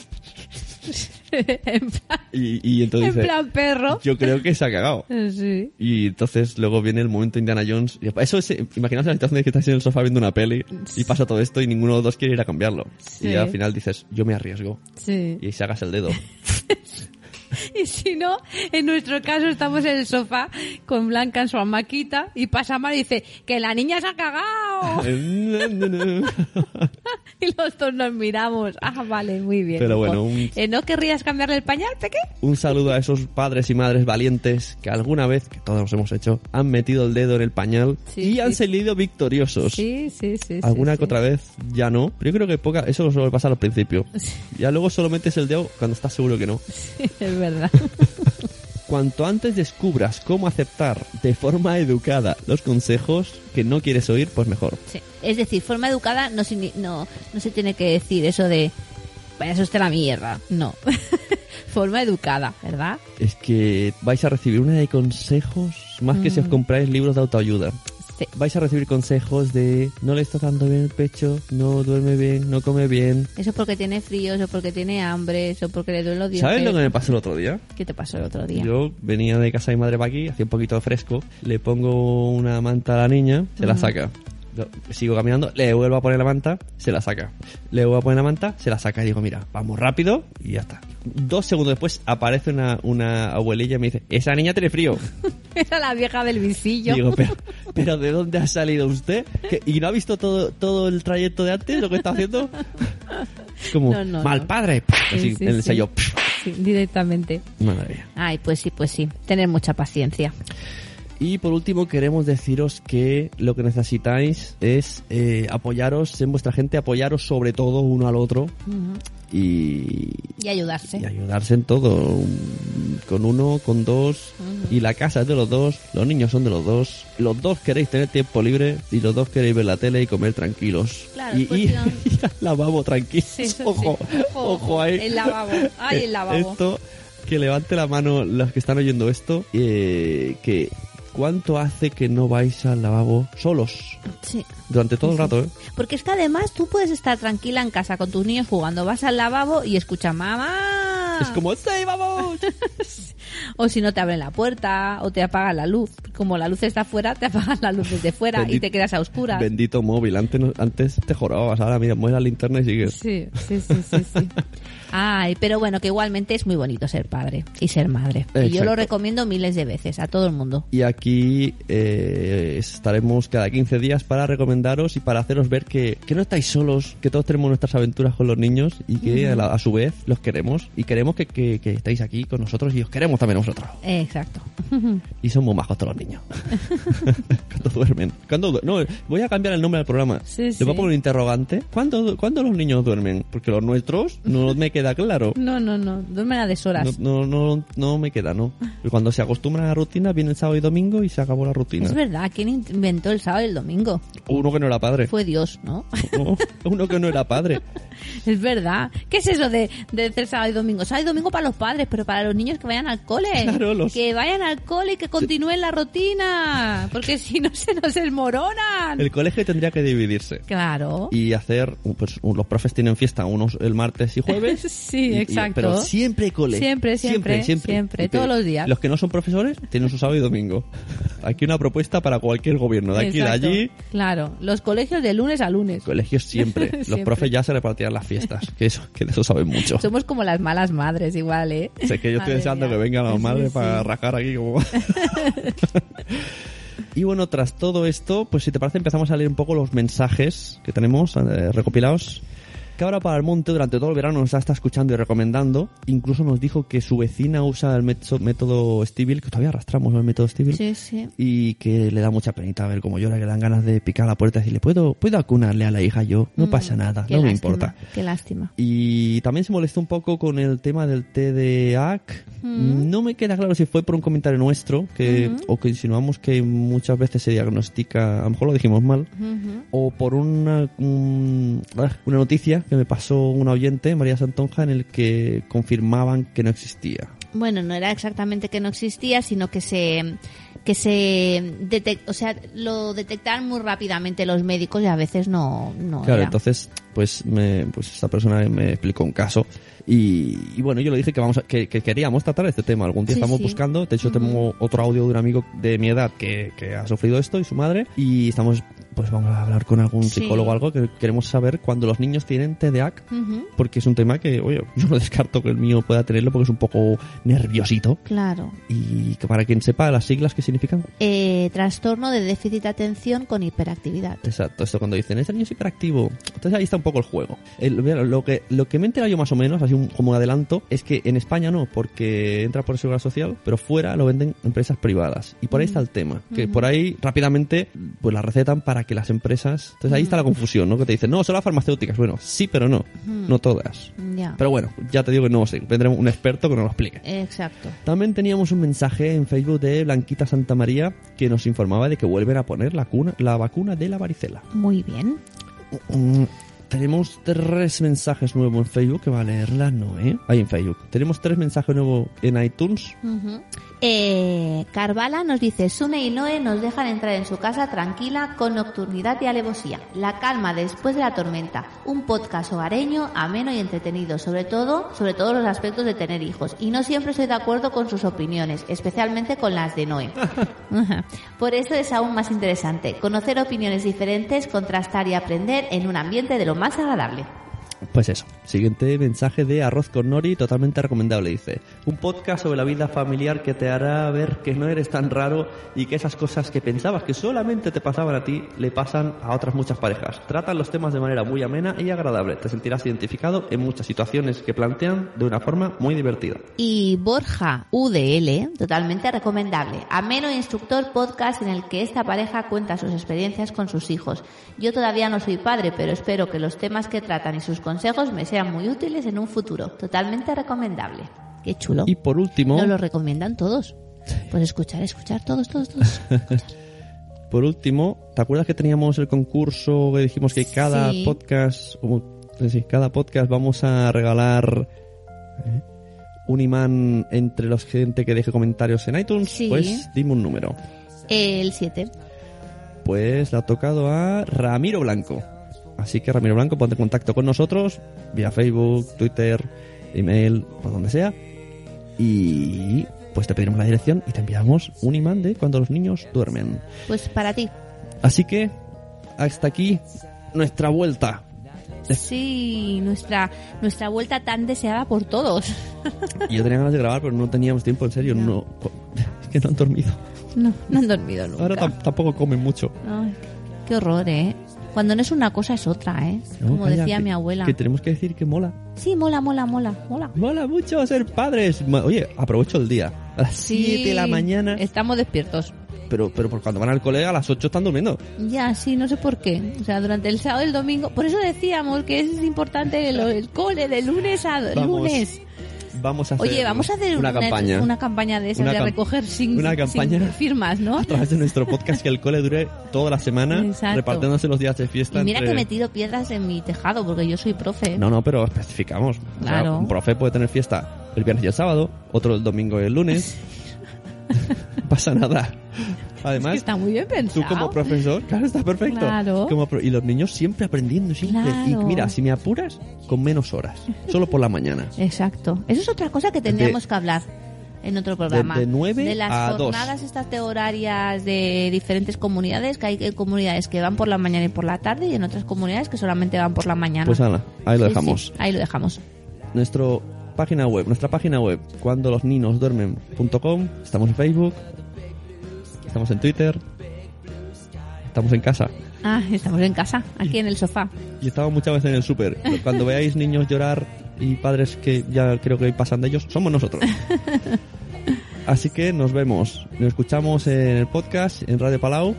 [SPEAKER 2] en plan,
[SPEAKER 1] y, y entonces
[SPEAKER 2] en
[SPEAKER 1] dice,
[SPEAKER 2] plan perro.
[SPEAKER 1] yo creo que se ha cagado.
[SPEAKER 2] Sí.
[SPEAKER 1] Y entonces luego viene el momento Indiana Jones. Y Eso es, eh, imaginaos la situación de que estás en el sofá viendo una peli y pasa todo esto y ninguno de los dos quiere ir a cambiarlo.
[SPEAKER 2] Sí.
[SPEAKER 1] Y al final dices, yo me arriesgo.
[SPEAKER 2] Sí.
[SPEAKER 1] Y sacas el dedo.
[SPEAKER 2] Y si no, en nuestro caso estamos en el sofá con Blanca en su hamaquita y pasa mal y dice que la niña se ha cagado. y los dos nos miramos. Ah, vale, muy bien.
[SPEAKER 1] Pero
[SPEAKER 2] hijo.
[SPEAKER 1] bueno, un-
[SPEAKER 2] Eh, ¿no querrías cambiarle el pañal, Peque?
[SPEAKER 1] Un saludo a esos padres y madres valientes que alguna vez, que todos los hemos hecho, han metido el dedo en el pañal
[SPEAKER 2] Sí,
[SPEAKER 1] y han
[SPEAKER 2] sí.
[SPEAKER 1] salido victoriosos.
[SPEAKER 2] Sí, sí, sí. sí,
[SPEAKER 1] Alguna
[SPEAKER 2] sí.
[SPEAKER 1] que otra vez ya no, pero yo creo que poca, eso lo suele pasar al principio.
[SPEAKER 2] Sí.
[SPEAKER 1] Ya luego solo metes el dedo cuando estás seguro que no.
[SPEAKER 2] Sí, es verdad.
[SPEAKER 1] Cuanto antes descubras cómo aceptar de forma educada los consejos que no quieres oír, pues mejor.
[SPEAKER 2] Sí. Es decir, forma educada no, signi- no, no se tiene que decir eso de vaya usted a la mierda. No. forma educada, ¿verdad?
[SPEAKER 1] Es que vais a recibir una de consejos más que si os compráis libros de autoayuda.
[SPEAKER 2] Sí.
[SPEAKER 1] Vais a recibir consejos de no le está dando bien el pecho, no duerme bien, no come bien.
[SPEAKER 2] Eso porque tiene frío, eso porque tiene hambre, eso porque le duelen los dientes.
[SPEAKER 1] ¿Sabes lo que me pasó el otro día?
[SPEAKER 2] ¿Qué te pasó el otro día?
[SPEAKER 1] Yo venía de casa de mi madre para aquí, hacía un poquito de fresco, le pongo una manta a la niña, se la saca. Yo sigo caminando, le vuelvo a poner la manta, se la saca. Le vuelvo a poner la manta, se la saca. Y digo, mira, vamos rápido y ya está. Dos segundos después aparece una, una abuelilla y me dice, esa niña tiene frío.
[SPEAKER 2] Era la vieja del
[SPEAKER 1] Y
[SPEAKER 2] visillo.
[SPEAKER 1] digo, pero, pero ¿de dónde ha salido usted? ¿Que- ¿Y no ha visto todo, todo el trayecto de antes, lo que está haciendo? Como,
[SPEAKER 2] No, no,
[SPEAKER 1] mal
[SPEAKER 2] no.
[SPEAKER 1] padre. Así,
[SPEAKER 2] sí,
[SPEAKER 1] en el
[SPEAKER 2] sí.
[SPEAKER 1] sello.
[SPEAKER 2] Sí, directamente.
[SPEAKER 1] Madre mía.
[SPEAKER 2] Ay, pues sí, pues sí. Tener mucha paciencia.
[SPEAKER 1] Y por último queremos deciros que lo que necesitáis es eh, apoyaros en vuestra gente, apoyaros sobre todo uno al otro y,
[SPEAKER 2] Y ayudarse.
[SPEAKER 1] y ayudarse en todo, con uno, con dos, y la casa es de los dos, los niños son de los dos, los dos queréis tener tiempo libre y los dos queréis ver la tele y comer tranquilos.
[SPEAKER 2] Claro,
[SPEAKER 1] y,
[SPEAKER 2] es cuestión-
[SPEAKER 1] y- ir al lavabo tranquilos.
[SPEAKER 2] Sí, eso sí.
[SPEAKER 1] ojo, ojo, ahí.
[SPEAKER 2] El lavabo. Ay, el lavabo.
[SPEAKER 1] Eh, Esto que levante la mano los que están oyendo esto, eh, que cuánto hace que no vais al lavabo solos
[SPEAKER 2] Sí.
[SPEAKER 1] durante todo el rato, ¿eh?
[SPEAKER 2] Porque es que además tú puedes estar tranquila en casa con tus niños jugando, vas al lavabo y escuchas mamá.
[SPEAKER 1] Es como, ¡sí, vamos!
[SPEAKER 2] O si no te abren la puerta o te apagan la luz. Como la luz está fuera, te apagan la luz desde fuera y
[SPEAKER 1] Bendito-
[SPEAKER 2] te quedas a oscuras.
[SPEAKER 1] Bendito móvil, antes, no- antes te jorabas, ahora mira, mueves la linterna y sigues.
[SPEAKER 6] Sí, sí, sí, sí, sí.
[SPEAKER 2] Ay, pero bueno, que igualmente es muy bonito ser padre y ser madre. Y yo
[SPEAKER 1] Exacto.
[SPEAKER 2] lo recomiendo miles de veces a todo el mundo.
[SPEAKER 1] Y aquí eh, estaremos cada 15 días para recomendaros y para haceros ver que, que no estáis solos, que todos tenemos nuestras aventuras con los niños y que a, la- a su vez los queremos y queremos que, que- que estéis aquí con nosotros y os queremos también a vosotros.
[SPEAKER 2] Eh, Exacto.
[SPEAKER 1] Y son muy majos todos los niños. ¿Cuándo duermen? ¿Cuándo du- no, voy a cambiar el nombre del programa.
[SPEAKER 6] Sí,
[SPEAKER 1] Le
[SPEAKER 6] sí.
[SPEAKER 1] voy a poner un interrogante. ¿Cuándo, du- ¿Cuándo los niños duermen? Porque los nuestros no me queda claro.
[SPEAKER 6] No, no, no. Duermen a deshoras.
[SPEAKER 1] No, no, no, no me queda, ¿no? Y cuando se acostumbran a la rutina, viene el sábado y domingo y se acabó la rutina.
[SPEAKER 2] Es verdad, ¿quién inventó el sábado y el domingo?
[SPEAKER 1] Uno que no era padre.
[SPEAKER 2] Fue Dios, ¿no?
[SPEAKER 1] No, uno que no era padre.
[SPEAKER 2] Es verdad. ¿Qué es eso de, de hacer sábado y domingo? Sábado y domingo para los padres, pero para los niños que vayan al cole.
[SPEAKER 1] Claro, los-
[SPEAKER 2] Que vayan al cole y que continúen la rutina. Porque si no, se nos desmoronan.
[SPEAKER 1] El colegio tendría que dividirse
[SPEAKER 2] Claro.
[SPEAKER 1] y hacer, pues los profes tienen fiesta unos el martes y jueves.
[SPEAKER 6] Sí,
[SPEAKER 1] Y- y-
[SPEAKER 6] exacto.
[SPEAKER 1] pero siempre cole.
[SPEAKER 6] Siempre, siempre, siempre,
[SPEAKER 1] Y que
[SPEAKER 6] todos los días.
[SPEAKER 1] Los que no son profesores tienen su sábado y domingo. Aquí una propuesta para cualquier gobierno, de aquí y de
[SPEAKER 6] Exacto.
[SPEAKER 1] allí.
[SPEAKER 6] Claro. Los colegios de lunes a lunes.
[SPEAKER 1] Colegios siempre. Los
[SPEAKER 6] Siempre.
[SPEAKER 1] profes ya se repartirán las fiestas, que eso, que de eso saben mucho.
[SPEAKER 6] Somos como las malas madres igual, ¿eh?
[SPEAKER 1] Sé que yo estoy
[SPEAKER 6] Madre
[SPEAKER 1] deseando
[SPEAKER 6] mía.
[SPEAKER 1] que vengan las
[SPEAKER 6] Sí,
[SPEAKER 1] madres
[SPEAKER 6] sí.
[SPEAKER 1] para rajar aquí como... y bueno, tras todo esto, pues si te parece empezamos a leer un poco los mensajes que tenemos eh, recopilados. Cabra para el monte durante todo el verano nos ha estado escuchando y recomendando. Incluso nos dijo que su vecina usa el meto- método Stevil, que todavía arrastramos el método Stevil.
[SPEAKER 2] Sí, sí.
[SPEAKER 1] Y que le da mucha penita ver cómo llora, que le dan ganas de picar la puerta y decirle, ¿puedo, puedo acunarle a la hija yo?
[SPEAKER 6] Mm,
[SPEAKER 1] No pasa nada,
[SPEAKER 2] Qué
[SPEAKER 1] Ah, no me
[SPEAKER 2] lástima,
[SPEAKER 1] importa.
[SPEAKER 2] Qué lástima.
[SPEAKER 1] Y también se molestó un poco con el tema del TDAH. No me queda claro si fue por un comentario nuestro que, o que insinuamos que muchas veces se diagnostica, a lo mejor lo dijimos mal, o por una, un- ah, una noticia que me pasó un oyente, María Santonja, en el que confirmaban que no existía.
[SPEAKER 2] Bueno, no era exactamente que no existía, sino que se que se detec- o sea, lo detectaron muy rápidamente los médicos y a veces no no
[SPEAKER 1] Claro,
[SPEAKER 2] era.
[SPEAKER 1] entonces, pues, me, pues esta persona me explicó un caso y, y bueno, yo le dije que vamos a- que, que queríamos tratar este tema. Algún día
[SPEAKER 2] Sí,
[SPEAKER 1] estamos
[SPEAKER 2] sí.
[SPEAKER 1] buscando. De hecho, tengo otro audio de un amigo de mi edad que, que ha sufrido esto y su madre. Y estamos, pues vamos a hablar con algún
[SPEAKER 2] Sí.
[SPEAKER 1] psicólogo o algo que queremos saber cuando los niños tienen TDAH.
[SPEAKER 2] Ujú,
[SPEAKER 1] Porque es un tema que, oye, yo no descarto que el mío pueda tenerlo porque es un poco nerviosito.
[SPEAKER 2] Claro.
[SPEAKER 1] Y que para quien sepa las siglas que significan.
[SPEAKER 2] Eh, trastorno de déficit de atención con hiperactividad.
[SPEAKER 1] Exacto, esto cuando dicen, este niño es hiperactivo. Entonces ahí está un poco el juego. El- mira, lo, que, lo que me he enterado yo más o menos, así un- como un adelanto, es que en España no, porque entra por seguridad social, pero fuera lo venden empresas privadas. Y por ahí está el tema, que por ahí rápidamente pues la recetan para que las empresas... Entonces ahí está la confusión, ¿no? Que te dicen, no, son las farmacéuticas. Bueno, sí, pero no. No todas.
[SPEAKER 2] Ya.
[SPEAKER 1] Pero bueno, ya te digo que no sé, tendremos un experto que nos lo explique.
[SPEAKER 2] Exacto.
[SPEAKER 1] También teníamos un mensaje en Facebook de Blanquita Santa María que nos informaba de que vuelven a poner la, cuna, la vacuna de la varicela.
[SPEAKER 2] Muy bien.
[SPEAKER 1] Mm, Tenemos tres mensajes nuevos en Facebook que va a leerla, ¿no, eh? Ahí en Facebook. Tenemos tres mensajes nuevos en iTunes.
[SPEAKER 2] Ujú. Eh, Carvala nos dice, Sune y Noé nos dejan entrar en su casa tranquila con nocturnidad y alevosía. La calma después de la tormenta. Un podcast hogareño, ameno y entretenido, sobre todo, sobre todos los aspectos de tener hijos. Y no siempre estoy de acuerdo con sus opiniones, especialmente con las de Noé. Ajá. Por eso es aún más interesante conocer opiniones diferentes, contrastar y aprender en un ambiente de lo más agradable.
[SPEAKER 1] Pues eso. Siguiente mensaje de Arroz con Nori, totalmente recomendable, dice. Un podcast sobre la vida familiar que te hará ver que no eres tan raro y que esas cosas que pensabas que solamente te pasaban a ti, le pasan a otras muchas parejas. Tratan los temas de manera muy amena y agradable. Te sentirás identificado en muchas situaciones que plantean de una forma muy divertida.
[SPEAKER 2] y Borja UDL, totalmente recomendable. Ameno e instructor podcast en el que esta pareja cuenta sus experiencias con sus hijos. Yo todavía no soy padre, pero espero que los temas que tratan y sus consejos me sean muy útiles en un futuro. Totalmente recomendable. Qué chulo.
[SPEAKER 1] Y por último...
[SPEAKER 2] Nos lo recomiendan todos. Pues escuchar, escuchar todos, todos, todos.
[SPEAKER 1] Por último, ¿te acuerdas que teníamos el concurso que dijimos que cada
[SPEAKER 2] Sí.
[SPEAKER 1] podcast, como- sí, cada podcast vamos a regalar ¿eh? un imán entre los gente que deje comentarios en iTunes,
[SPEAKER 2] Sí.
[SPEAKER 1] pues dime un número.
[SPEAKER 2] El 7.
[SPEAKER 1] Pues la ha tocado a Ramiro Blanco. Así que Ramiro Blanco, ponte en contacto con nosotros vía Facebook, Twitter, email, por donde sea. Y pues te pediremos la dirección y te enviamos un imán de cuando los niños duermen.
[SPEAKER 2] Pues para ti.
[SPEAKER 1] Así que hasta aquí nuestra vuelta.
[SPEAKER 2] Sí,
[SPEAKER 6] Ah,
[SPEAKER 2] nuestra, nuestra vuelta tan deseada por todos.
[SPEAKER 1] Yo tenía ganas de grabar, pero no teníamos tiempo, en serio. No. Es que no han dormido.
[SPEAKER 2] No, no han dormido
[SPEAKER 1] Ahora
[SPEAKER 2] nunca.
[SPEAKER 1] tam- tampoco comen mucho.
[SPEAKER 2] Ay, qué horror, ¿eh? Cuando no es una cosa es otra, ¿eh?
[SPEAKER 1] No,
[SPEAKER 2] Como
[SPEAKER 1] calla,
[SPEAKER 2] decía
[SPEAKER 1] que-
[SPEAKER 2] mi abuela.
[SPEAKER 1] Que tenemos que decir que mola.
[SPEAKER 2] Sí, mola, mola, mola, mola.
[SPEAKER 1] Mola mucho ser padres. Ma- Oye, aprovecho el día. A las 7 de la mañana.
[SPEAKER 2] Estamos despiertos.
[SPEAKER 1] Pero, pero por cuando van al colega a las 8 están durmiendo.
[SPEAKER 2] Ya, sí, no sé por qué. O sea, durante el sábado y el domingo. Por eso decíamos que es importante el, el cole de lunes a
[SPEAKER 1] Vamos
[SPEAKER 2] lunes.
[SPEAKER 1] Vamos a hacer
[SPEAKER 2] Oye, vamos a hacer
[SPEAKER 1] una, campaña.
[SPEAKER 2] Una campaña de esas,
[SPEAKER 1] Una
[SPEAKER 2] de
[SPEAKER 1] cam-
[SPEAKER 2] recoger sin,
[SPEAKER 1] una campaña.
[SPEAKER 2] sin firmas, ¿no?
[SPEAKER 1] A través de nuestro podcast que el cole dure toda la semana
[SPEAKER 2] Exacto.
[SPEAKER 1] repartiéndose los días de fiesta.
[SPEAKER 2] Y mira
[SPEAKER 1] entre-
[SPEAKER 2] que me tiro piedras en mi tejado porque yo soy profe.
[SPEAKER 1] No, no, pero especificamos. O sea,
[SPEAKER 2] ¿eh? Claro.
[SPEAKER 1] un profe puede tener fiesta el viernes y el sábado, otro el domingo y el lunes. No pasa nada.
[SPEAKER 6] Es que
[SPEAKER 1] Además,
[SPEAKER 6] está muy bien
[SPEAKER 1] tú
[SPEAKER 6] pensado.
[SPEAKER 1] como profesor, claro, está perfecto.
[SPEAKER 2] Claro.
[SPEAKER 1] Como pro- y los niños siempre aprendiendo, siempre.
[SPEAKER 2] Claro.
[SPEAKER 1] Y mira, si me apuras, con menos horas. Solo por la mañana.
[SPEAKER 2] Exacto. Eso es otra cosa que tendríamos que hablar en otro programa.
[SPEAKER 1] de nueve
[SPEAKER 2] De las
[SPEAKER 1] a dos.
[SPEAKER 2] jornadas estas de horarias de diferentes comunidades, que hay eh, comunidades que van por la mañana y por la tarde y en otras comunidades que solamente van por la mañana.
[SPEAKER 1] Pues ala, ahí lo
[SPEAKER 2] Sí, sí,
[SPEAKER 1] dejamos.
[SPEAKER 2] ahí lo dejamos.
[SPEAKER 1] nuestro página web, nuestra página web, cuando los niños duermen.com, estamos en Facebook, estamos en Twitter, estamos en casa
[SPEAKER 2] Ah, estamos en casa, aquí en el sofá.
[SPEAKER 1] y estamos muchas veces en el súper. Cuando veáis niños llorar y padres que ya creo que pasan de ellos, somos nosotros. Así que nos vemos, nos escuchamos en el podcast, en Radio Palau.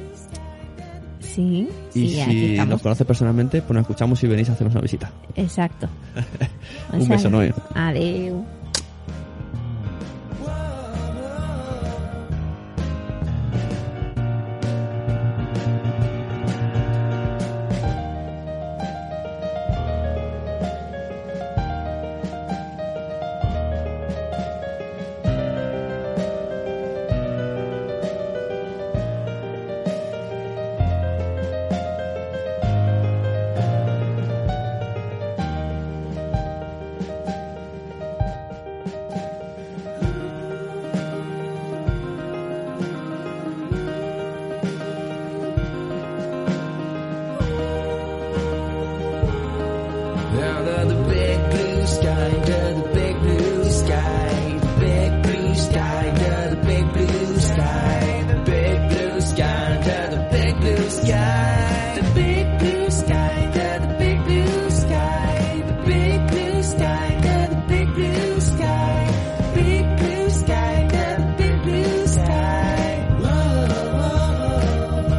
[SPEAKER 2] Sí,
[SPEAKER 1] Y
[SPEAKER 2] sí, aquí
[SPEAKER 1] si nos
[SPEAKER 2] estamos.
[SPEAKER 1] conoces personalmente, pues nos escuchamos y venís a hacernos una visita.
[SPEAKER 2] Exacto.
[SPEAKER 1] Un
[SPEAKER 2] Pues
[SPEAKER 1] beso,
[SPEAKER 2] ala.
[SPEAKER 1] Noé.
[SPEAKER 2] Adeu.
[SPEAKER 7] Under the big blue sky, under the big blue sky, the big blue sky, under the big blue sky, the big blue sky, under the big blue sky, the big blue sky, under the big blue sky, the big blue sky, under the big blue sky, big blue sky, under the big blue sky. Whoa, whoa,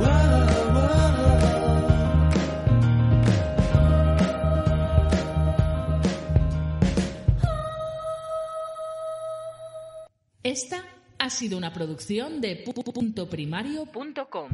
[SPEAKER 7] whoa. Whoa, whoa.
[SPEAKER 8] Esta ha sido una producción de pu.primario.com.